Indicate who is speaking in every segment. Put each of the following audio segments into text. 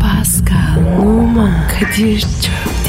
Speaker 1: Pascal, Oman, Kadir çok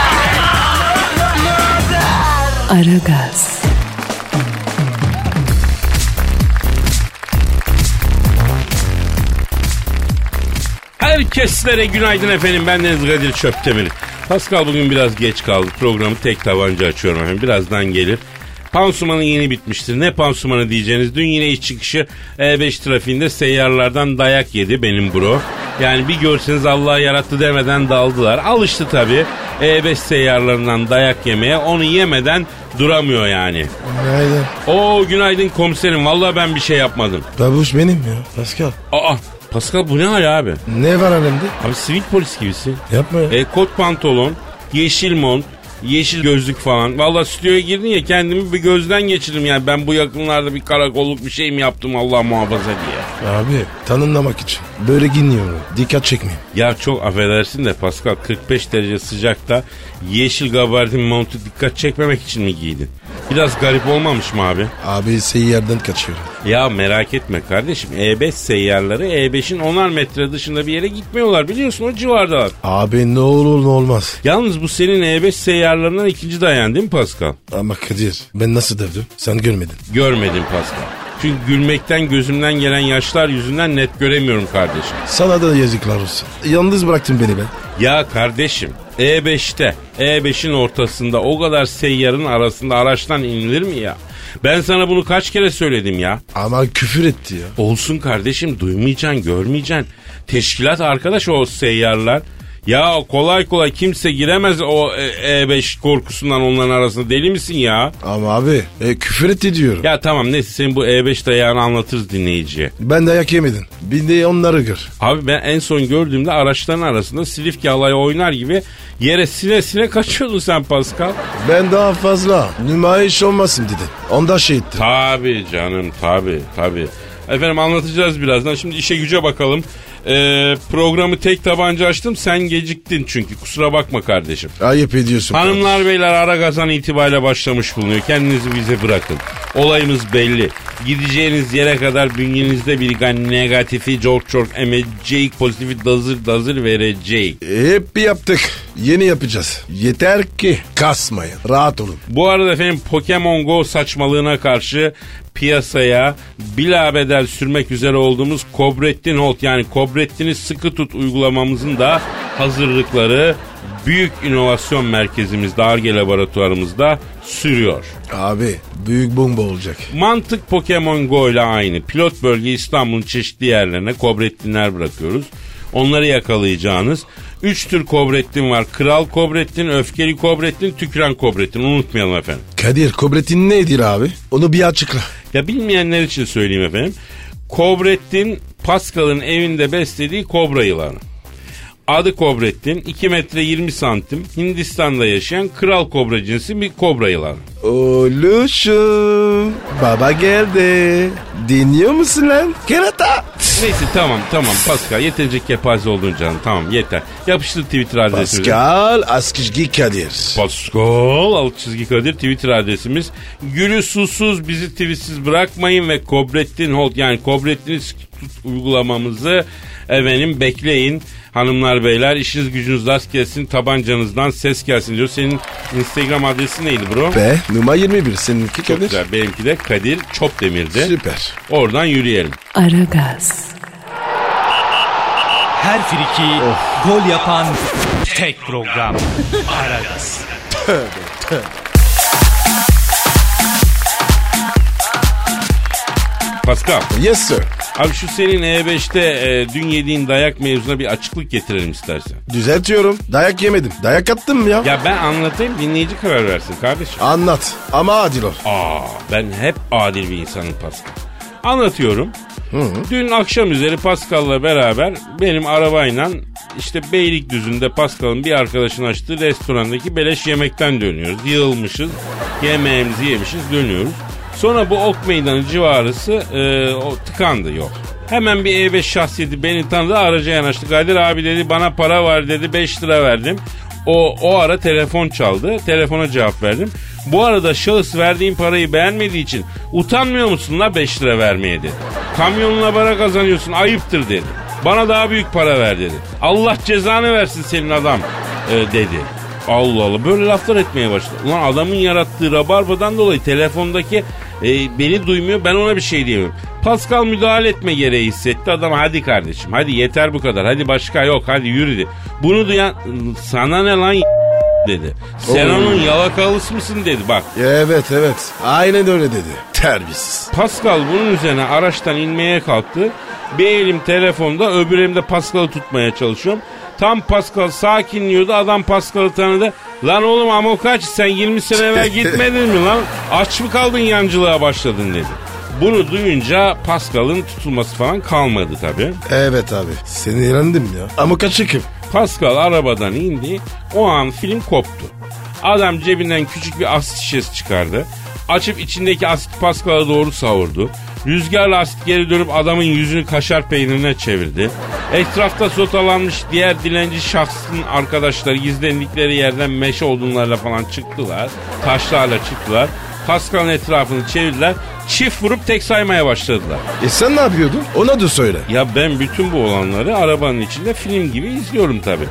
Speaker 1: Aragaz,
Speaker 2: Herkeslere günaydın efendim. Ben Deniz Kadir Çöptemir. Pascal bugün biraz geç kaldı. Programı tek tabanca açıyorum efendim. Birazdan gelir. Pansumanı yeni bitmiştir. Ne pansumanı diyeceğiniz. Dün yine iş çıkışı E5 trafiğinde seyyarlardan dayak yedi benim bro. Yani bir görseniz Allah yarattı demeden daldılar. Alıştı tabii. E5 seyyarlarından dayak yemeye onu yemeden duramıyor yani.
Speaker 3: Günaydın.
Speaker 2: Oo günaydın komiserim. Vallahi ben bir şey yapmadım.
Speaker 3: Babuş benim ya. Pascal.
Speaker 2: Aa Pascal bu ne hal abi?
Speaker 3: Ne var alemde?
Speaker 2: Abi sivil polis gibisin.
Speaker 3: Yapma ya.
Speaker 2: E, kot pantolon, yeşil mont, yeşil gözlük falan. Valla stüdyoya girdin ya kendimi bir gözden geçirdim yani. Ben bu yakınlarda bir karakolluk bir şey mi yaptım Allah muhafaza diye.
Speaker 3: Abi tanımlamak için. Böyle giyiniyorum. Dikkat çekmeyeyim.
Speaker 2: Ya çok affedersin de Pascal 45 derece sıcakta yeşil gabardin montu dikkat çekmemek için mi giydin? Biraz garip olmamış mı abi?
Speaker 3: Abi seyyardan kaçıyorum.
Speaker 2: Ya merak etme kardeşim E5 seyyarları E5'in 10'ar metre dışında bir yere gitmiyorlar biliyorsun o civardalar.
Speaker 3: Abi ne olur ne olmaz.
Speaker 2: Yalnız bu senin E5 seyyarlarından ikinci dayan değil mi Pascal?
Speaker 3: Ama Kadir ben nasıl dövdüm sen görmedin.
Speaker 2: Görmedim Pascal. Çünkü gülmekten gözümden gelen yaşlar yüzünden net göremiyorum kardeşim.
Speaker 3: Sana da yazıklar olsun. Yalnız bıraktın beni ben.
Speaker 2: Ya kardeşim E E5'te E5'in ortasında o kadar seyyarın arasında araçtan inilir mi ya? Ben sana bunu kaç kere söyledim ya?
Speaker 3: Ama küfür etti ya.
Speaker 2: Olsun kardeşim duymayacaksın görmeyeceksin. Teşkilat arkadaş o seyyarlar. Ya kolay kolay kimse giremez o E- E5 korkusundan onların arasında deli misin ya?
Speaker 3: Ama abi e, küfür etti diyorum.
Speaker 2: Ya tamam neyse senin bu E5 dayağını anlatırız dinleyiciye.
Speaker 3: Ben dayak yemedim. Bir de onları gör.
Speaker 2: Abi ben en son gördüğümde araçların arasında Silifke alayı oynar gibi yere sine sine kaçıyordun sen Pascal.
Speaker 3: Ben daha fazla nümayiş olmasın dedim. Onda şey ettim.
Speaker 2: Tabi canım tabi tabi. Efendim anlatacağız birazdan. Şimdi işe güce bakalım. Ee, programı tek tabanca açtım. Sen geciktin çünkü. Kusura bakma kardeşim.
Speaker 3: Ayıp ediyorsun.
Speaker 2: Hanımlar beyler ara gazan itibariyle başlamış bulunuyor. Kendinizi bize bırakın. Olayımız belli. Gideceğiniz yere kadar bünyenizde biriken negatifi çok çok emecek, pozitifi dazır dazır verecek.
Speaker 3: E, Hep yaptık. Yeni yapacağız. Yeter ki kasmayın. Rahat olun.
Speaker 2: Bu arada efendim Pokemon Go saçmalığına karşı piyasaya bilabedel sürmek üzere olduğumuz Kobrettin Holt yani Kobrettin'i sıkı tut uygulamamızın da hazırlıkları Büyük İnovasyon Merkezimizde, ARGE laboratuvarımızda sürüyor.
Speaker 3: Abi büyük bomba olacak.
Speaker 2: Mantık Pokemon Go ile aynı. Pilot bölge İstanbul'un çeşitli yerlerine kobrettinler bırakıyoruz. Onları yakalayacağınız. Üç tür kobrettin var. Kral kobrettin, öfkeli kobrettin, tüküren kobrettin. Unutmayalım efendim.
Speaker 3: Kadir kobretin nedir abi? Onu bir açıkla.
Speaker 2: Ya bilmeyenler için söyleyeyim efendim. Kobrettin Pascal'ın evinde beslediği kobra yılanı. Adı Kobrettin, 2 metre 20 santim, Hindistan'da yaşayan kral kobra cinsi bir kobra yılanı.
Speaker 3: Oluşum. Baba geldi. Dinliyor musun lan? Kerata.
Speaker 2: Neyse tamam tamam Pascal yeterince kepaze oldun canım tamam yeter. Yapıştır Twitter adresimizi.
Speaker 3: Pascal Askizgi Kadir.
Speaker 2: Pascal alt çizgi Kadir Twitter adresimiz. Gülü susuz bizi tweetsiz bırakmayın ve Kobrettin Holt yani Kobrettin tut uygulamamızı efendim bekleyin. Hanımlar beyler işiniz gücünüz rast gelsin tabancanızdan ses gelsin diyor. Senin Instagram adresin neydi bro?
Speaker 3: Ve numara 21 seninki
Speaker 2: Çok
Speaker 3: Kadir.
Speaker 2: güzel. Benimki de Kadir Çopdemir'di.
Speaker 3: Süper.
Speaker 2: Oradan yürüyelim.
Speaker 1: Aragaz,
Speaker 4: Her friki gol yapan tek program. Aragaz.
Speaker 2: Pascal.
Speaker 3: Yes sir.
Speaker 2: Abi şu senin E5'te e, dün yediğin dayak mevzuna bir açıklık getirelim istersen.
Speaker 3: Düzeltiyorum. Dayak yemedim. Dayak attım ya.
Speaker 2: Ya ben anlatayım dinleyici karar versin kardeşim.
Speaker 3: Anlat. Ama adil ol.
Speaker 2: Aa ben hep adil bir insanım Pascal. Anlatıyorum. Dün akşam üzeri Pascal'la beraber benim arabayla işte Beylikdüzü'nde Pascal'ın bir arkadaşının açtığı restorandaki beleş yemekten dönüyoruz. Yığılmışız, yemeğimizi yemişiz dönüyoruz. Sonra bu Ok Meydanı civarısı e, o tıkandı yok. Hemen bir E5 şahsiyeti beni tanıdı araca yanaştı. Kadir abi dedi bana para var dedi 5 lira verdim. O, o ara telefon çaldı. Telefona cevap verdim. Bu arada şahıs verdiğim parayı beğenmediği için utanmıyor musun la 5 lira vermeye dedi. Kamyonla para kazanıyorsun ayıptır dedi. Bana daha büyük para ver dedi. Allah cezanı versin senin adam e, dedi. Allah Allah böyle laflar etmeye başladı. Ulan adamın yarattığı rabarbadan dolayı telefondaki e, beni duymuyor ben ona bir şey diyemiyorum. Pascal müdahale etme gereği hissetti. Adam hadi kardeşim hadi yeter bu kadar hadi başka yok hadi yürü dedi. Bunu duyan sana ne lan y- dedi. Sen
Speaker 3: Oy.
Speaker 2: onun yalakalısı mısın dedi bak.
Speaker 3: Evet evet. Aynen öyle dedi. Terbiyesiz.
Speaker 2: Pascal bunun üzerine araçtan inmeye kalktı. Bir elim telefonda öbür elimde Pascal'ı tutmaya çalışıyorum. Tam Pascal sakinliyordu adam Pascal'ı tanıdı. Lan oğlum Amokaç sen 20 sene evvel gitmedin mi lan? Aç mı kaldın yancılığa başladın dedi. Bunu duyunca Pascal'ın tutulması falan kalmadı tabii.
Speaker 3: Evet abi. Seni eğlendim ya. Ama kaçıkım.
Speaker 2: Pascal arabadan indi. O an film koptu. Adam cebinden küçük bir asit şişesi çıkardı. Açıp içindeki asit Pascal'a doğru savurdu. Rüzgarla asit geri dönüp adamın yüzünü kaşar peynirine çevirdi. Etrafta sotalanmış diğer dilenci şahsın arkadaşları gizlendikleri yerden meşe odunlarla falan çıktılar. Taşlarla çıktılar. Pascal'ın etrafını çevirdiler. Çift vurup tek saymaya başladılar.
Speaker 3: E sen ne yapıyordun? Ona da söyle.
Speaker 2: Ya ben bütün bu olanları arabanın içinde film gibi izliyorum tabi.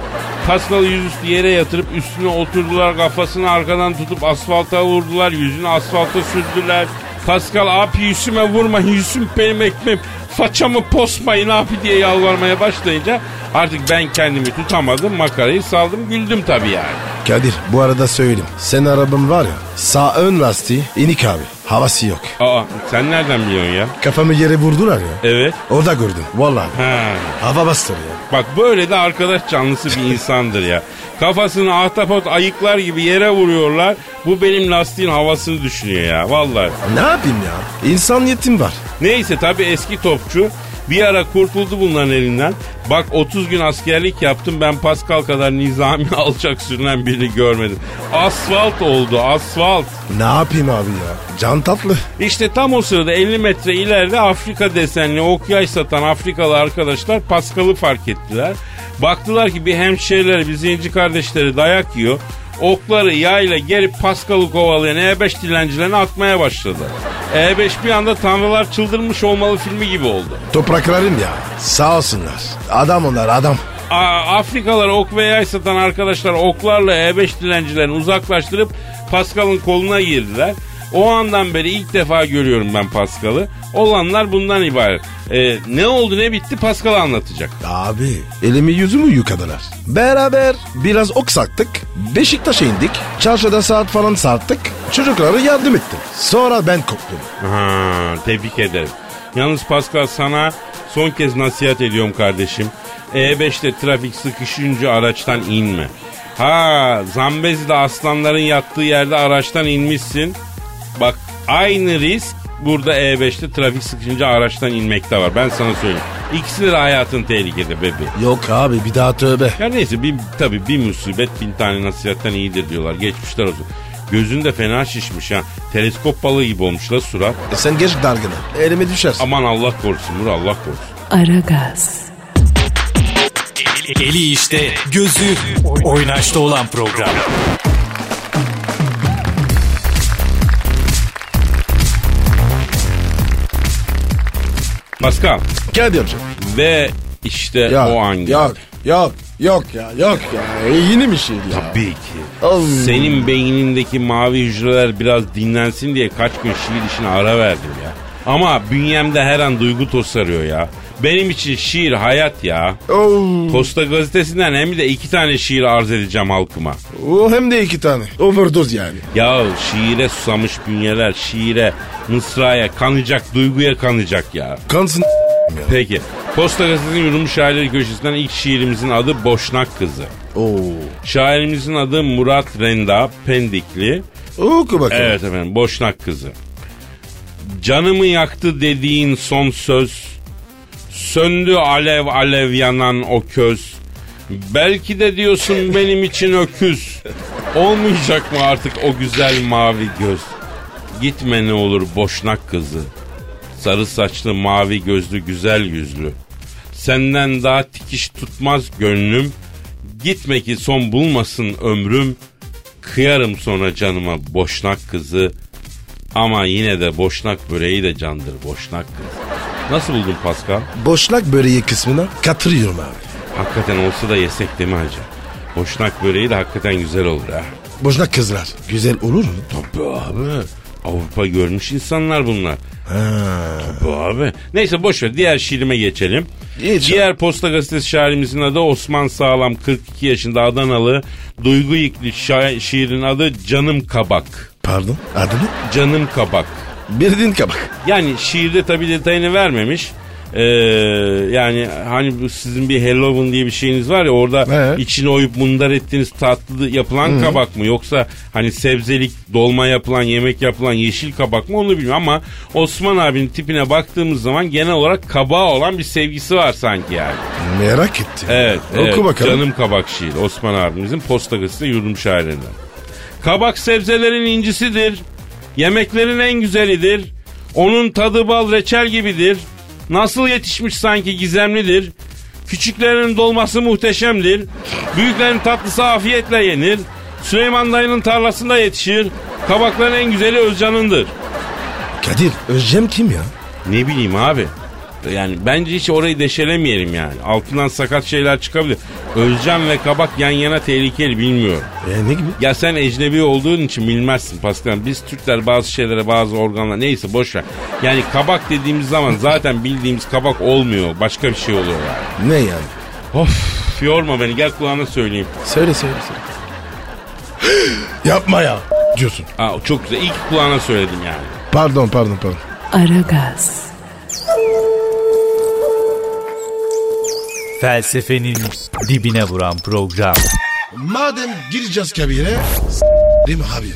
Speaker 2: Paskal'ı yüzüstü yere yatırıp üstüne oturdular kafasını arkadan tutup asfalta vurdular yüzünü asfalta sürdüler. Paskal abi yüzüme vurma yüzüm benim ekmeğim façamı posmayın abi diye yalvarmaya başlayınca artık ben kendimi tutamadım makarayı saldım güldüm tabi yani.
Speaker 3: Kadir bu arada söyleyeyim. Senin arabın var ya sağ ön lastiği inik abi. Havası yok.
Speaker 2: Aa sen nereden biliyorsun ya?
Speaker 3: Kafamı yere vurdular ya.
Speaker 2: Evet.
Speaker 3: Orada gördüm. Vallahi.
Speaker 2: Ha.
Speaker 3: Hava bastı ya.
Speaker 2: Bak böyle de arkadaş canlısı bir insandır ya. Kafasını ahtapot ayıklar gibi yere vuruyorlar. Bu benim lastiğin havasını düşünüyor ya vallahi.
Speaker 3: Ne yapayım ya? İnsan yetim var.
Speaker 2: Neyse tabii eski topçu bir ara kurtuldu bunların elinden. Bak 30 gün askerlik yaptım ben Pascal kadar nizami alçak sürünen birini görmedim. Asfalt oldu asfalt.
Speaker 3: Ne yapayım abi ya? Can tatlı.
Speaker 2: İşte tam o sırada 50 metre ileride Afrika desenli okyay satan Afrikalı arkadaşlar Paskal'ı fark ettiler. Baktılar ki bir hemşehriler bir zenci kardeşleri dayak yiyor. Okları yayla gerip Paskal'ı kovalayan E5 dilencilerini atmaya başladı. E5 bir anda tanrılar çıldırmış olmalı filmi gibi oldu.
Speaker 3: Topraklarım ya. Sağ olsunlar. Adam onlar adam.
Speaker 2: Aa, Afrikalar ok ve yay satan arkadaşlar oklarla E5 dilencilerini uzaklaştırıp Pascal'ın koluna girdiler. O andan beri ilk defa görüyorum ben Pascal'ı. Olanlar bundan ibaret. Ee, ne oldu ne bitti Pascal anlatacak.
Speaker 3: Abi elimi yüzümü yıkadılar. Beraber biraz ok saktık. Beşiktaş'a indik. Çarşıda saat falan sarttık. Çocuklara yardım ettim. Sonra ben koptum.
Speaker 2: Ha, tebrik ederim. Yalnız Pascal sana son kez nasihat ediyorum kardeşim. E5'te trafik sıkışınca araçtan inme. Ha Zambezi'de aslanların yattığı yerde araçtan inmişsin. Bak aynı risk burada E5'te trafik sıkışınca araçtan inmekte var. Ben sana söyleyeyim. İkisi de hayatın tehlikede bebeğim.
Speaker 3: Yok abi bir daha tövbe.
Speaker 2: Ya neyse bir, tabii bir musibet bin tane nasihatten iyidir diyorlar. Geçmişler olsun. Gözün de fena şişmiş ha. Teleskop balığı gibi olmuş la surat.
Speaker 3: E sen geç dargını. Elime düşersin.
Speaker 2: Aman Allah korusun Nur Allah korusun.
Speaker 1: Aragaz,
Speaker 4: Eli, eli işte, gözü oynaşta olan program.
Speaker 2: Pascal
Speaker 3: Kadir amca.
Speaker 2: ve işte
Speaker 3: Ya,
Speaker 2: o an geldi.
Speaker 3: Yok yok yok ya yok ya. E, yeni bir şey ya.
Speaker 2: Tabii ki.
Speaker 3: Ay.
Speaker 2: Senin beynindeki mavi hücreler biraz dinlensin diye kaç gün şiir işine ara verdim ya. Ama bünyemde her an duygu tosarıyor ya. Benim için şiir hayat ya.
Speaker 3: Oo,
Speaker 2: Posta gazetesinden hem de iki tane şiir arz edeceğim halkıma.
Speaker 3: o hem de iki tane. Overdose yani.
Speaker 2: Ya şiire susamış bünyeler, şiire, mısraya kanacak, duyguya kanacak ya.
Speaker 3: Kansın ya.
Speaker 2: Peki. Posta gazetesinin yürümüş şairleri köşesinden ilk şiirimizin adı Boşnak Kızı.
Speaker 3: Oo.
Speaker 2: Şairimizin adı Murat Renda Pendikli.
Speaker 3: Oku bakalım.
Speaker 2: Evet efendim Boşnak Kızı. Canımı yaktı dediğin son söz Söndü alev alev yanan o köz. Belki de diyorsun benim için öküz. Olmayacak mı artık o güzel mavi göz? Gitme ne olur boşnak kızı. Sarı saçlı mavi gözlü güzel yüzlü. Senden daha tikiş tutmaz gönlüm. Gitme ki son bulmasın ömrüm. Kıyarım sonra canıma boşnak kızı. Ama yine de boşnak böreği de candır boşnak kız. Nasıl buldun Pascal?
Speaker 3: Boşnak böreği kısmına katılıyorum abi.
Speaker 2: Hakikaten olsa da yesek değil mi hacı? Boşnak böreği de hakikaten güzel olur ha.
Speaker 3: Boşnak kızlar. Güzel olur mu?
Speaker 2: Tabii abi. Avrupa görmüş insanlar bunlar. Tabii abi. Neyse boş ver diğer şiirime geçelim.
Speaker 3: Geç
Speaker 2: diğer Posta Gazetesi şairimizin adı Osman Sağlam 42 yaşında Adanalı. Duygu Yıklı şa- şiirin adı Canım Kabak.
Speaker 3: Pardon adı ne?
Speaker 2: Canım Kabak.
Speaker 3: Bildiğin kabak.
Speaker 2: Yani şiirde tabii detayını vermemiş. Ee, yani hani bu sizin bir Halloween diye bir şeyiniz var ya orada
Speaker 3: Ee?
Speaker 2: içine oyup mundar ettiğiniz tatlı yapılan kabak mı yoksa hani sebzelik dolma yapılan yemek yapılan yeşil kabak mı onu bilmiyorum ama Osman abinin tipine baktığımız zaman genel olarak kabağa olan bir sevgisi var sanki yani.
Speaker 3: Merak ettim.
Speaker 2: Evet.
Speaker 3: Oku
Speaker 2: evet.
Speaker 3: bakalım.
Speaker 2: Canım kabak şiir. Osman abimizin posta gazetesi yurdum şairinden. Kabak sebzelerin incisidir. Yemeklerin en güzelidir. Onun tadı bal reçel gibidir. Nasıl yetişmiş sanki gizemlidir. Küçüklerin dolması muhteşemdir. Büyüklerin tatlısı afiyetle yenir. Süleyman dayının tarlasında yetişir. Kabakların en güzeli Özcan'ındır.
Speaker 3: Kadir Özcem kim ya?
Speaker 2: Ne bileyim abi. Yani bence hiç orayı deşelemeyelim yani. Altından sakat şeyler çıkabilir. Özcan ve kabak yan yana tehlikeli bilmiyorum.
Speaker 3: E, ne gibi?
Speaker 2: Ya sen ecnebi olduğun için bilmezsin Pascal. Biz Türkler bazı şeylere bazı organlar neyse boş ver. Yani kabak dediğimiz zaman zaten bildiğimiz kabak olmuyor. Başka bir şey oluyor yani.
Speaker 3: Ne yani?
Speaker 2: Of yorma beni gel kulağına söyleyeyim.
Speaker 3: Söyle söyle söyle. Yapma ya. Diyorsun.
Speaker 2: Aa, çok güzel ilk kulağına söyledim yani.
Speaker 3: Pardon pardon pardon.
Speaker 1: Aragaz,
Speaker 4: Felsefenin dibine vuran program.
Speaker 3: Madem gireceğiz kabire değil mi abi?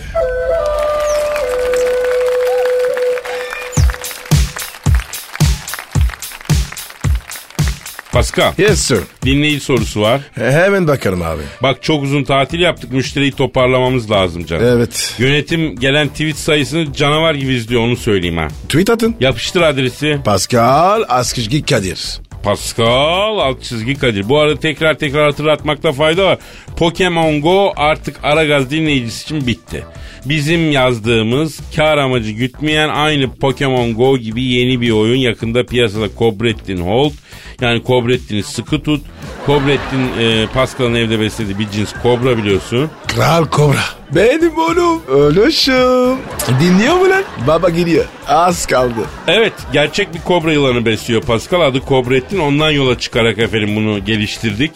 Speaker 2: Pascal
Speaker 3: Yes sir.
Speaker 2: dinleyici sorusu var.
Speaker 3: Hemen bakarım abi.
Speaker 2: Bak çok uzun tatil yaptık müşteriyi toparlamamız lazım canım.
Speaker 3: Evet.
Speaker 2: Yönetim gelen tweet sayısını canavar gibi izliyor onu söyleyeyim ha.
Speaker 3: Tweet atın.
Speaker 2: Yapıştır adresi
Speaker 3: Pascal Askışgi Kadir.
Speaker 2: Pascal alt çizgi Kadir. Bu arada tekrar tekrar hatırlatmakta fayda var. Pokemon Go artık Aragaz dinleyicisi için bitti. Bizim yazdığımız kar amacı gütmeyen aynı Pokemon Go gibi yeni bir oyun yakında piyasada Kobrettin Holt yani Kobrettin'i sıkı tut. Kobrettin e, Pascal'ın evde beslediği bir cins kobra biliyorsun.
Speaker 3: Kral Kobra. Benim oğlum. Ölüşüm. Dinliyor mu lan? Baba geliyor. Az kaldı.
Speaker 2: Evet gerçek bir kobra yılanı besliyor Pascal adı Kobrettin ondan yola çıkarak efendim bunu geliştirdik.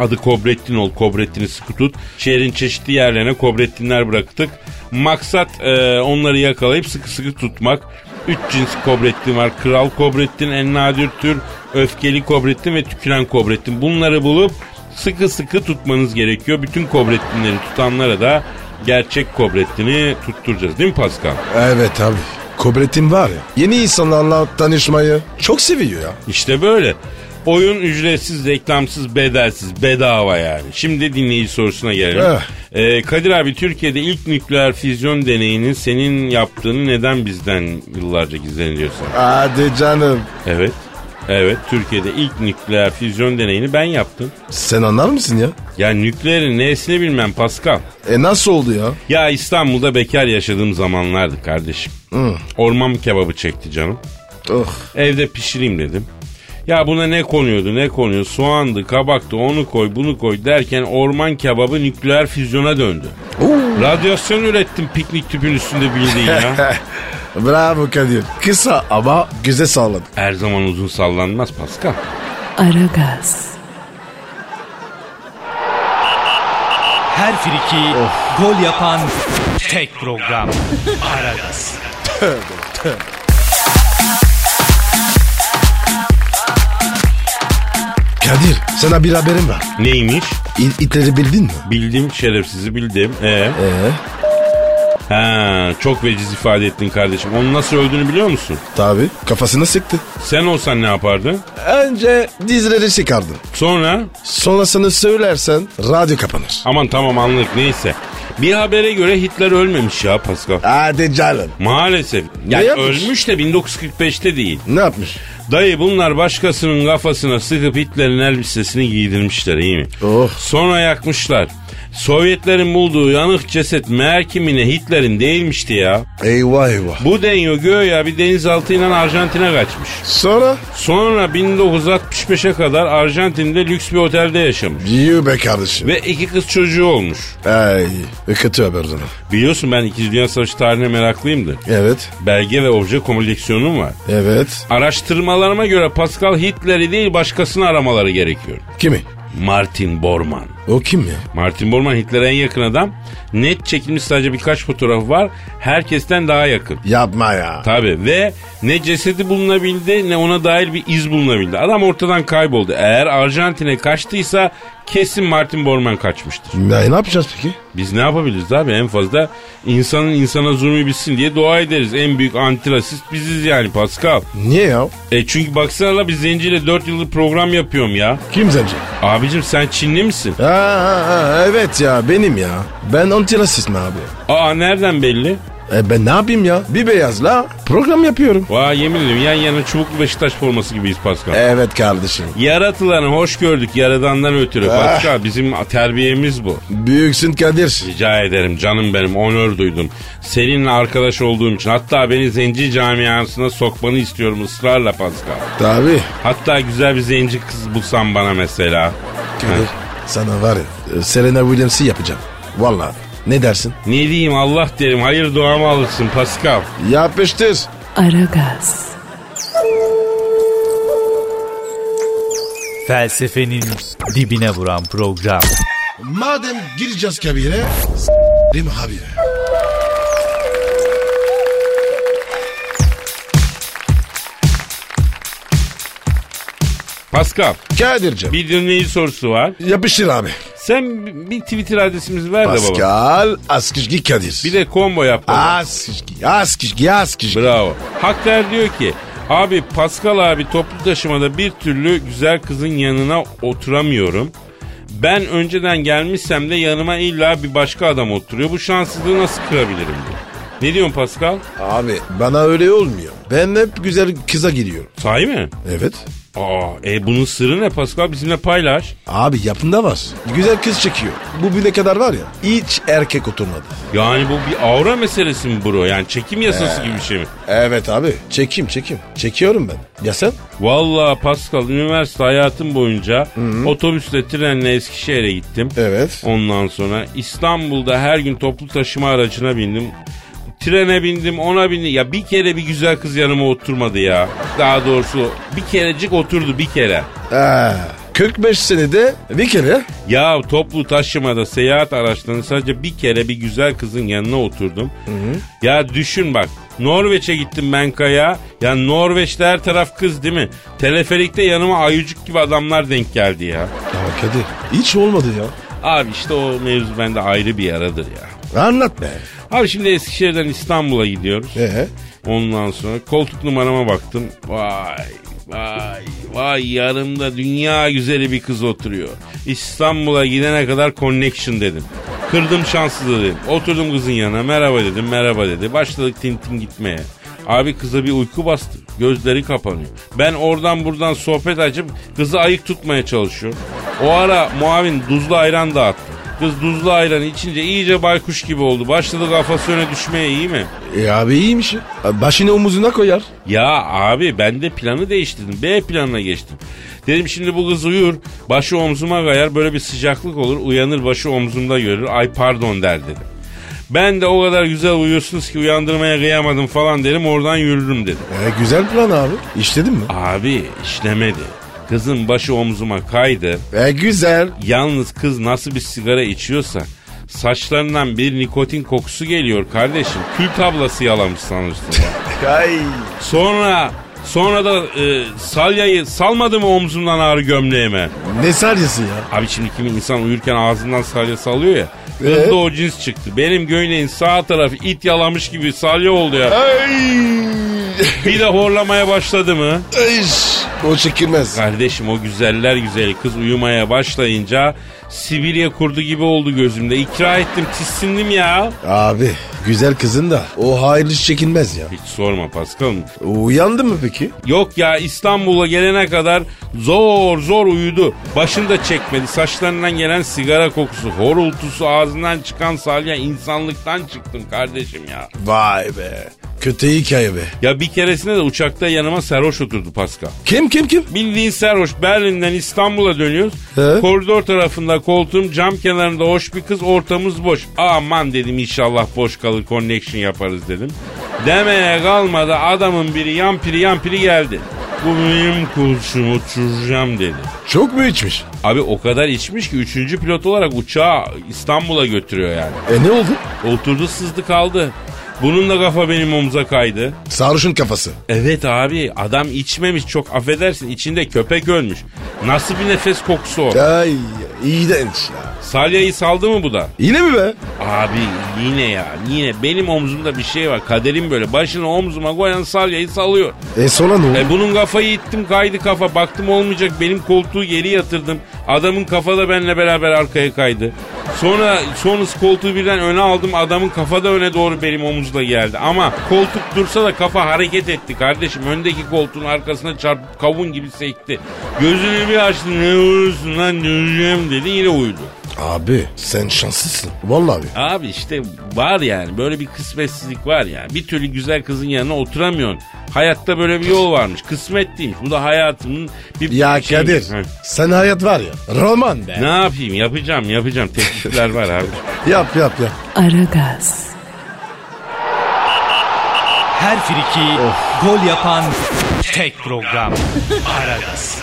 Speaker 2: Adı Kobrettin ol Kobrettin'i sıkı tut. Şehrin çeşitli yerlerine Kobrettinler bıraktık. Maksat e, onları yakalayıp sıkı sıkı tutmak. Üç cins Kobrettin var. Kral Kobrettin, en nadir tür, öfkeli Kobrettin ve tüküren Kobrettin. Bunları bulup sıkı sıkı tutmanız gerekiyor. Bütün Kobrettinleri tutanlara da gerçek Kobrettin'i tutturacağız değil mi Pascal?
Speaker 3: Evet abi. Kobrettin var ya. Yeni insanlarla tanışmayı çok seviyor ya.
Speaker 2: İşte böyle. Oyun ücretsiz, reklamsız, bedelsiz, bedava yani. Şimdi dinleyici sorusuna gelelim.
Speaker 3: Eh.
Speaker 2: Ee, Kadir abi Türkiye'de ilk nükleer füzyon deneyini senin yaptığını neden bizden yıllarca gizleniyorsun?
Speaker 3: Hadi canım.
Speaker 2: Evet. Evet Türkiye'de ilk nükleer füzyon deneyini ben yaptım.
Speaker 3: Sen anlar mısın ya?
Speaker 2: Ya nükleerin nesini bilmem Pascal.
Speaker 3: E nasıl oldu ya?
Speaker 2: Ya İstanbul'da bekar yaşadığım zamanlardı kardeşim. Orman kebabı çekti canım.
Speaker 3: Oh.
Speaker 2: Evde pişireyim dedim. Ya buna ne konuyordu ne konuyor soğandı kabaktı onu koy bunu koy derken orman kebabı nükleer füzyona döndü. Radyasyon ürettim piknik tüpün üstünde bildiğin ya.
Speaker 3: Bravo Kadir. Kısa ama güzel sağladı.
Speaker 2: Her zaman uzun sallanmaz Pascal.
Speaker 1: Aragaz,
Speaker 4: Her friki gol yapan tek program. Aragaz.
Speaker 3: Kadir sana bir haberim var.
Speaker 2: Neymiş?
Speaker 3: İ- İtleri bildin mi?
Speaker 2: Bildim şerefsizi bildim. Ee,
Speaker 3: Ee?
Speaker 2: Ha, çok veciz ifade ettin kardeşim. Onun nasıl öldüğünü biliyor musun?
Speaker 3: Tabi kafasını sıktı.
Speaker 2: Sen olsan ne yapardın?
Speaker 3: Önce dizleri sıkardın.
Speaker 2: Sonra?
Speaker 3: Sonrasını söylersen radyo kapanır.
Speaker 2: Aman tamam anladık neyse. Bir habere göre Hitler ölmemiş ya Pascal.
Speaker 3: Hadi canım.
Speaker 2: Maalesef. Yani
Speaker 3: yapmış?
Speaker 2: ölmüş de 1945'te değil.
Speaker 3: Ne yapmış?
Speaker 2: Dayı bunlar başkasının kafasına sıkıp Hitler'in elbisesini giydirmişler iyi mi?
Speaker 3: Oh.
Speaker 2: Sonra yakmışlar. Sovyetlerin bulduğu yanık ceset meğer kimine Hitler'in değilmişti ya.
Speaker 3: Eyvah eyvah.
Speaker 2: Bu deniyor göya bir denizaltıyla Arjantin'e kaçmış.
Speaker 3: Sonra?
Speaker 2: Sonra 1965'e kadar Arjantin'de lüks bir otelde yaşamış.
Speaker 3: Yuh be kardeşim.
Speaker 2: Ve iki kız çocuğu olmuş.
Speaker 3: Ay, kötü haber o zaman.
Speaker 2: Biliyorsun ben 2. Dünya Savaşı tarihine meraklıyımdır.
Speaker 3: Evet.
Speaker 2: Belge ve obje koleksiyonum var.
Speaker 3: Evet.
Speaker 2: Araştırmalarıma göre Pascal Hitler'i değil başkasını aramaları gerekiyor.
Speaker 3: Kimi?
Speaker 2: Martin Bormann.
Speaker 3: O kim ya?
Speaker 2: Martin Bormann Hitler'e en yakın adam. Net çekilmiş sadece birkaç fotoğraf var. Herkesten daha yakın.
Speaker 3: Yapma ya.
Speaker 2: Tabi ve ne cesedi bulunabildi ne ona dair bir iz bulunabildi. Adam ortadan kayboldu. Eğer Arjantin'e kaçtıysa kesin Martin Bormann kaçmıştır.
Speaker 3: Ya, ne yapacağız peki?
Speaker 2: Biz ne yapabiliriz abi en fazla insanın insana zulmü bilsin diye dua ederiz. En büyük antirasist biziz yani Pascal.
Speaker 3: Niye ya?
Speaker 2: E çünkü baksana la biz Zenci'yle 4 yıldır program yapıyorum ya.
Speaker 3: Kim zence?
Speaker 2: Abicim sen Çinli misin?
Speaker 3: Ha, ha, ha, evet ya benim ya. Ben antirasist mi abi?
Speaker 2: Aa nereden belli?
Speaker 3: E ben ne yapayım ya? Bir beyazla program yapıyorum.
Speaker 2: Vay yemin ederim yan yana çubuklu Beşiktaş forması gibiyiz Pascal.
Speaker 3: Evet kardeşim.
Speaker 2: Yaratılanı hoş gördük yaradandan ötürü.
Speaker 3: Ah.
Speaker 2: Pascal bizim terbiyemiz bu.
Speaker 3: Büyüksün Kadir.
Speaker 2: Rica ederim canım benim onör duydum. Seninle arkadaş olduğum için hatta beni zenci camiasına sokmanı istiyorum ısrarla Pascal.
Speaker 3: Tabi.
Speaker 2: Hatta güzel bir zenci kız bulsan bana mesela.
Speaker 3: Kadir sana var ya e, Serena Williams'ı yapacağım. Vallahi. Ne dersin?
Speaker 2: Ne diyeyim Allah derim hayır duamı alırsın Pascal.
Speaker 3: Yapıştır.
Speaker 1: Aragaz,
Speaker 4: Felsefenin dibine vuran program.
Speaker 3: Madem gireceğiz kabire, s**rim habire.
Speaker 2: Pascal
Speaker 3: Kadir'cim.
Speaker 2: bir dinleyici sorusu var.
Speaker 3: Yapıştır abi.
Speaker 2: Sen bi- bir Twitter adresimizi ver de baba.
Speaker 3: Pascal Askışgi Kadir.
Speaker 2: Bir de combo yap baba.
Speaker 3: Askışgi, Askışgi, Askışgi.
Speaker 2: Bravo. Hakter diyor ki abi Pascal abi toplu taşımada bir türlü güzel kızın yanına oturamıyorum. Ben önceden gelmişsem de yanıma illa bir başka adam oturuyor. Bu şanssızlığı nasıl kırabilirim diyor. Ne diyorsun Pascal?
Speaker 3: Abi bana öyle olmuyor. Ben hep güzel kıza giriyorum.
Speaker 2: Sahi mi?
Speaker 3: Evet.
Speaker 2: Aa, e bunun sırrı ne Pascal? Bizimle paylaş.
Speaker 3: Abi yapında var. Güzel kız çekiyor. Bu bir ne kadar var ya. Hiç erkek oturmadı.
Speaker 2: Yani bu bir aura meselesi mi bro? Yani çekim yasası gibi bir şey mi?
Speaker 3: Evet abi. Çekim çekim. Çekiyorum ben. Ya sen?
Speaker 2: Vallahi Pascal üniversite hayatım boyunca otobüsle trenle Eskişehir'e gittim.
Speaker 3: Evet.
Speaker 2: Ondan sonra İstanbul'da her gün toplu taşıma aracına bindim. Trene bindim ona bindim. Ya bir kere bir güzel kız yanıma oturmadı ya. Daha doğrusu bir kerecik oturdu bir kere.
Speaker 3: Ee, 45 senede bir kere
Speaker 2: Ya toplu taşımada seyahat araçlarında sadece bir kere bir güzel kızın yanına oturdum. Ya düşün bak Norveç'e gittim ben Kaya. Ya Norveç'te her taraf kız değil mi? Teleferikte yanıma ayıcık gibi adamlar denk geldi ya.
Speaker 3: Ya Kadir hiç olmadı ya.
Speaker 2: Abi işte o mevzu bende ayrı bir yaradır ya.
Speaker 3: Anlat be.
Speaker 2: Abi şimdi Eskişehir'den İstanbul'a gidiyoruz.
Speaker 3: Ee,
Speaker 2: Ondan sonra koltuk numarama baktım. Vay vay vay yanımda dünya güzeli bir kız oturuyor. İstanbul'a gidene kadar connection dedim. Kırdım şanslı dedim. Oturdum kızın yanına merhaba dedim merhaba dedi. Başladık tintin gitmeye. Abi kıza bir uyku bastı. Gözleri kapanıyor. Ben oradan buradan sohbet açıp kızı ayık tutmaya çalışıyorum. O ara muavin duzlu ayran dağıttı. Kız duzlu ayranı içince iyice baykuş gibi oldu. Başladı kafası öne düşmeye iyi mi?
Speaker 3: e abi iyiymiş. Abi Başını omuzuna koyar.
Speaker 2: Ya abi ben de planı değiştirdim. B planına geçtim. Dedim şimdi bu kız uyur. Başı omzuma kayar. Böyle bir sıcaklık olur. Uyanır başı omzumda görür. Ay pardon der dedim. Ben de o kadar güzel uyuyorsunuz ki uyandırmaya kıyamadım falan derim. Oradan yürürüm dedim.
Speaker 3: Ee, güzel plan abi. İşledin mi?
Speaker 2: Abi işlemedi. Kızın başı omzuma kaydı.
Speaker 3: Ee, güzel.
Speaker 2: Yalnız kız nasıl bir sigara içiyorsa saçlarından bir nikotin kokusu geliyor kardeşim. Kül tablası yalamış sanırsın.
Speaker 3: Ay.
Speaker 2: Sonra Sonra da e, salyayı salmadı mı omzumdan ağrı gömleğime?
Speaker 3: Ne salyası ya?
Speaker 2: Abi şimdi kimi insan uyurken ağzından salya salıyor ya.
Speaker 3: Ee?
Speaker 2: Hızlı o cins çıktı. Benim göğneğin sağ tarafı it yalamış gibi salya oldu ya. Bir de horlamaya başladı mı?
Speaker 3: o çekilmez.
Speaker 2: Kardeşim o güzeller güzeli kız uyumaya başlayınca Sibirya kurdu gibi oldu gözümde. İkra ettim tissindim ya.
Speaker 3: Abi güzel kızın da o hayırlı iş çekilmez ya.
Speaker 2: Hiç sorma Pascal.
Speaker 3: Uyandı mı peki?
Speaker 2: Yok ya İstanbul'a gelene kadar zor zor uyudu. Başını da çekmedi. Saçlarından gelen sigara kokusu, horultusu, ağzından çıkan salya insanlıktan çıktım kardeşim ya.
Speaker 3: Vay be. Kötü hikaye be.
Speaker 2: Ya bir keresinde de uçakta yanıma sarhoş oturdu Pascal.
Speaker 3: Kim kim kim?
Speaker 2: Bildiğin sarhoş Berlin'den İstanbul'a dönüyoruz.
Speaker 3: He?
Speaker 2: Koridor tarafında koltuğum cam kenarında hoş bir kız ortamız boş. Aman dedim inşallah boş kalır connection yaparız dedim. Demeye kalmadı adamın biri yan piri yan piri geldi. Bu benim kurşun uçuracağım dedi.
Speaker 3: Çok mu içmiş?
Speaker 2: Abi o kadar içmiş ki üçüncü pilot olarak uçağı İstanbul'a götürüyor yani.
Speaker 3: E ne oldu?
Speaker 2: Oturdu sızdı kaldı. Bunun da kafa benim omuza kaydı.
Speaker 3: Sarhoşun kafası.
Speaker 2: Evet abi adam içmemiş çok affedersin içinde köpek ölmüş. Nasıl bir nefes kokusu o?
Speaker 3: Ay iğrenç ya.
Speaker 2: Salyayı saldı mı bu da?
Speaker 3: Yine mi be?
Speaker 2: Abi yine ya yine benim omzumda bir şey var kaderim böyle başını omzuma koyan salyayı salıyor.
Speaker 3: E sonra ne oldu?
Speaker 2: E bunun kafayı ittim kaydı kafa baktım olmayacak benim koltuğu geri yatırdım. Adamın kafa da benimle beraber arkaya kaydı. Sonra son hız koltuğu birden öne aldım adamın kafa da öne doğru benim omuzla geldi. Ama koltuk dursa da kafa hareket etti kardeşim. Öndeki koltuğun arkasına çarpıp kavun gibi sekti. Gözünü bir açtı ne olursun lan döneceğim dedi yine uyudu.
Speaker 3: Abi sen şanslısın. Vallahi abi.
Speaker 2: Abi işte var yani böyle bir kısmetsizlik var yani. Bir türlü güzel kızın yanına oturamıyorsun. Hayatta böyle bir yol varmış. Kısmet değilmiş. Bu da hayatımın bir
Speaker 3: Ya
Speaker 2: şeyi.
Speaker 3: Kadir
Speaker 2: Ha.
Speaker 3: sen hayat var ya. Roman be.
Speaker 2: Şey, Ne yapayım yapacağım yapacağım. Teklifler var abi.
Speaker 3: Yap yap yap.
Speaker 1: Aragaz,
Speaker 4: Her friki gol yapan tek program. Aragaz.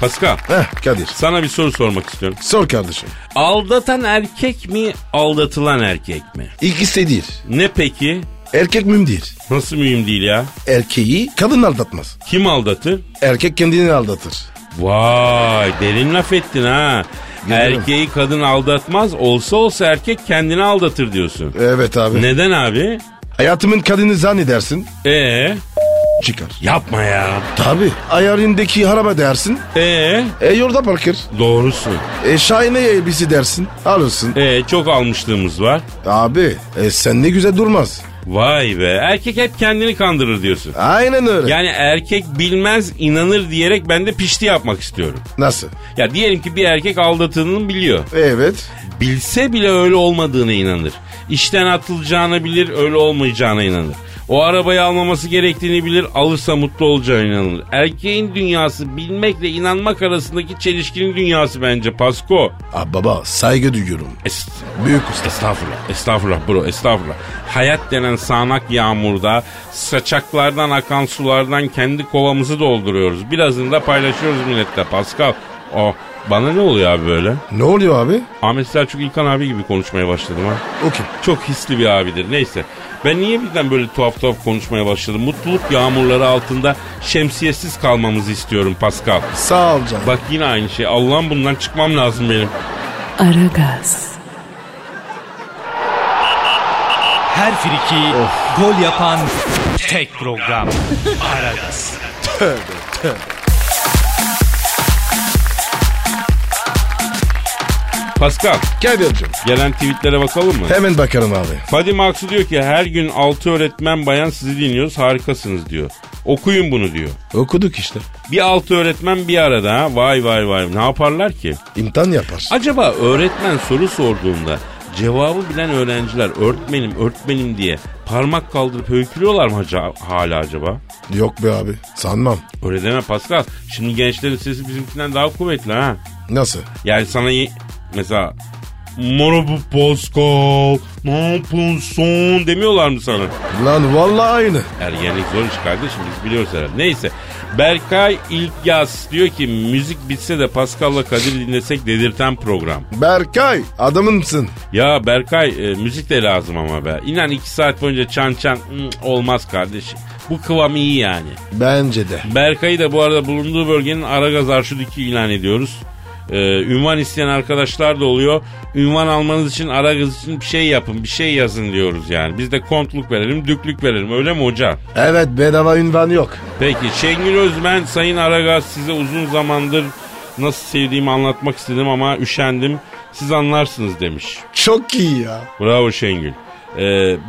Speaker 2: Pascal
Speaker 3: Heh Kadir.
Speaker 2: sana bir soru sormak istiyorum.
Speaker 3: Sor kardeşim.
Speaker 2: Aldatan erkek mi aldatılan erkek mi?
Speaker 3: İkisi değil.
Speaker 2: Ne peki?
Speaker 3: Erkek mühim değil.
Speaker 2: Nasıl mühim değil ya?
Speaker 3: Erkeği kadın aldatmaz.
Speaker 2: Kim aldatır?
Speaker 3: Erkek kendini aldatır.
Speaker 2: Vay derin laf ettin ha.
Speaker 3: Güzelim.
Speaker 2: Erkeği kadın aldatmaz olsa olsa erkek kendini aldatır diyorsun.
Speaker 3: Evet abi.
Speaker 2: Neden abi?
Speaker 3: Hayatımın kadını zannedersin
Speaker 2: Ee
Speaker 3: çıkar.
Speaker 2: yapma ya.
Speaker 3: Tabi. Ayarındaki haraba dersin.
Speaker 2: Ee
Speaker 3: E yolda bırakır.
Speaker 2: doğrusu.
Speaker 3: E şahane elbisi dersin. Alırsın.
Speaker 2: Ee çok almışlığımız var.
Speaker 3: Abi e, sen ne güzel durmaz.
Speaker 2: Vay be erkek hep kendini kandırır diyorsun.
Speaker 3: Aynen öyle.
Speaker 2: Yani erkek bilmez inanır diyerek ben de pişti yapmak istiyorum.
Speaker 3: Nasıl?
Speaker 2: Ya diyelim ki bir erkek aldatıldığını biliyor.
Speaker 3: Evet.
Speaker 2: Bilse bile öyle olmadığını inanır. İşten atılacağını bilir, öyle olmayacağına inanır. O arabayı almaması gerektiğini bilir, alırsa mutlu olacağına inanır. Erkeğin dünyası bilmekle inanmak arasındaki çelişkinin dünyası bence Pasko.
Speaker 3: Abi baba saygı duyuyorum.
Speaker 2: Est-
Speaker 3: Büyük usta.
Speaker 2: Estağfurullah, estağfurullah bro, estağfurullah. Hayat denen sağanak yağmurda, saçaklardan akan sulardan kendi kovamızı dolduruyoruz. Birazını da paylaşıyoruz milletle Pascal. Oh, bana ne oluyor abi böyle?
Speaker 3: Ne oluyor abi?
Speaker 2: Ahmet Selçuk İlkan abi gibi konuşmaya başladım ha.
Speaker 3: Okey.
Speaker 2: Çok hisli bir abidir. Neyse. Ben niye birden böyle tuhaf tuhaf konuşmaya başladım? Mutluluk yağmurları altında şemsiyesiz kalmamızı istiyorum Pascal.
Speaker 3: Sağ ol canım.
Speaker 2: Bak yine aynı şey. Allah'ım bundan çıkmam lazım benim.
Speaker 1: Aragaz,
Speaker 4: Her friki gol yapan tek program. Aragaz.
Speaker 2: Pascal,
Speaker 3: Kadir'cim.
Speaker 2: gelen tweetlere bakalım mı?
Speaker 3: Hemen bakarım abi.
Speaker 2: Fadime Aksu diyor ki her gün 6 öğretmen bayan sizi dinliyoruz harikasınız diyor. Okuyun bunu diyor.
Speaker 3: Okuduk işte.
Speaker 2: Bir 6 öğretmen bir arada ha. Vay vay vay. Ne yaparlar ki?
Speaker 3: İmtihan yapar.
Speaker 2: Acaba öğretmen soru sorduğunda cevabı bilen öğrenciler örtmenim örtmenim diye parmak kaldırıp höykürüyorlar mı haca- hala acaba?
Speaker 3: Yok be abi. Sanmam.
Speaker 2: Öyle deme Pascal. Şimdi gençlerin sesi bizimkinden daha kuvvetli ha.
Speaker 3: Nasıl?
Speaker 2: Yani sana ye- mesela Merhaba Pascal ne yapıyorsun demiyorlar mı sana?
Speaker 3: Lan vallahi aynı.
Speaker 2: Ergenlik zor iş kardeşim biz biliyoruz herhalde. Neyse Berkay İlkyaz diyor ki müzik bitse de Pascal'la Kadir dinlesek dedirten program.
Speaker 3: Berkay adamımsın.
Speaker 2: Ya Berkay e, müzik de lazım ama be. İnan iki saat boyunca çan çan ım, olmaz kardeşim. Bu kıvam iyi yani.
Speaker 3: Bence de.
Speaker 2: Berkay'ı da bu arada bulunduğu bölgenin Aragaz Arşidükü ilan ediyoruz. Ee, ünvan isteyen arkadaşlar da oluyor. Ünvan almanız için Aragaz için bir şey yapın, bir şey yazın diyoruz yani. Biz de kontluk verelim, düklük verelim öyle mi hocam?
Speaker 3: Evet bedava ünvan yok.
Speaker 2: Peki Şengül Özmen, Sayın Aragaz size uzun zamandır nasıl sevdiğimi anlatmak istedim ama üşendim. Siz anlarsınız demiş.
Speaker 3: Çok iyi ya.
Speaker 2: Bravo Şengül. Ee,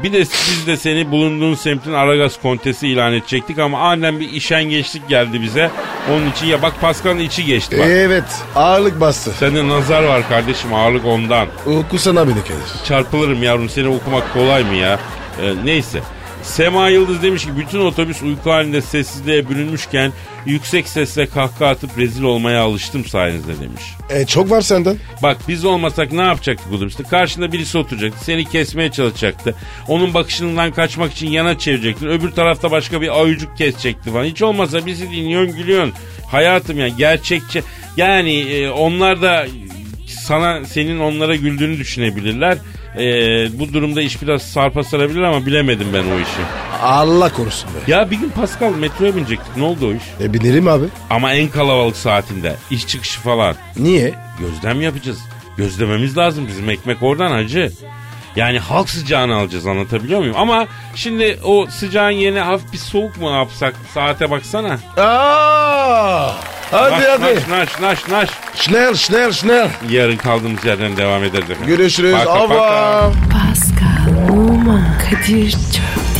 Speaker 2: bir de biz de seni bulunduğun semtin Aragaz kontesi ilan edecektik ama aniden bir işengeçlik geldi bize. Onun için ya bak Paskal'ın içi geçti
Speaker 3: Ee?
Speaker 2: bak.
Speaker 3: Evet ağırlık bastı.
Speaker 2: Sende nazar var kardeşim ağırlık ondan.
Speaker 3: Okusana beni Kadir.
Speaker 2: Çarpılırım yavrum seni okumak kolay mı ya? Ee, neyse. Sema Yıldız demiş ki bütün otobüs uyku halinde sessizliğe bürünmüşken yüksek sesle kahkaha atıp rezil olmaya alıştım sayenizde demiş.
Speaker 3: E, çok var senden.
Speaker 2: Bak biz olmasak ne yapacaktık oğlum işte karşında birisi oturacaktı seni kesmeye çalışacaktı. Onun bakışından kaçmak için yana çevirecektin öbür tarafta başka bir ayucuk kesecekti falan. Hiç olmazsa bizi dinliyorsun gülüyorsun. Hayatım ya gerçekçi yani e, onlar da sana senin onlara güldüğünü düşünebilirler. E, bu durumda iş biraz sarpa sarabilir ama bilemedim ben o işi.
Speaker 3: Allah korusun be.
Speaker 2: Ya bir gün Pascal metroya binecektik ne oldu o iş?
Speaker 3: E binerim abi.
Speaker 2: Ama en kalabalık saatinde iş çıkışı falan.
Speaker 3: Niye?
Speaker 2: Gözlem yapacağız. Gözlememiz lazım bizim ekmek oradan acı. Yani halk sıcağını alacağız anlatabiliyor muyum? Ama şimdi o sıcağın yerine hafif bir soğuk mu yapsak? Saate baksana.
Speaker 3: Aa! Hadi
Speaker 2: naş,
Speaker 3: hadi.
Speaker 2: Naş naş naş naş.
Speaker 3: Şner şner şner.
Speaker 2: Yarın kaldığımız yerden devam ederiz efendim.
Speaker 3: Görüşürüz.
Speaker 2: Paka,
Speaker 3: Ava.
Speaker 2: paka.
Speaker 1: Pascal, Oman, Kadir çok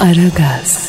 Speaker 1: Aragaz.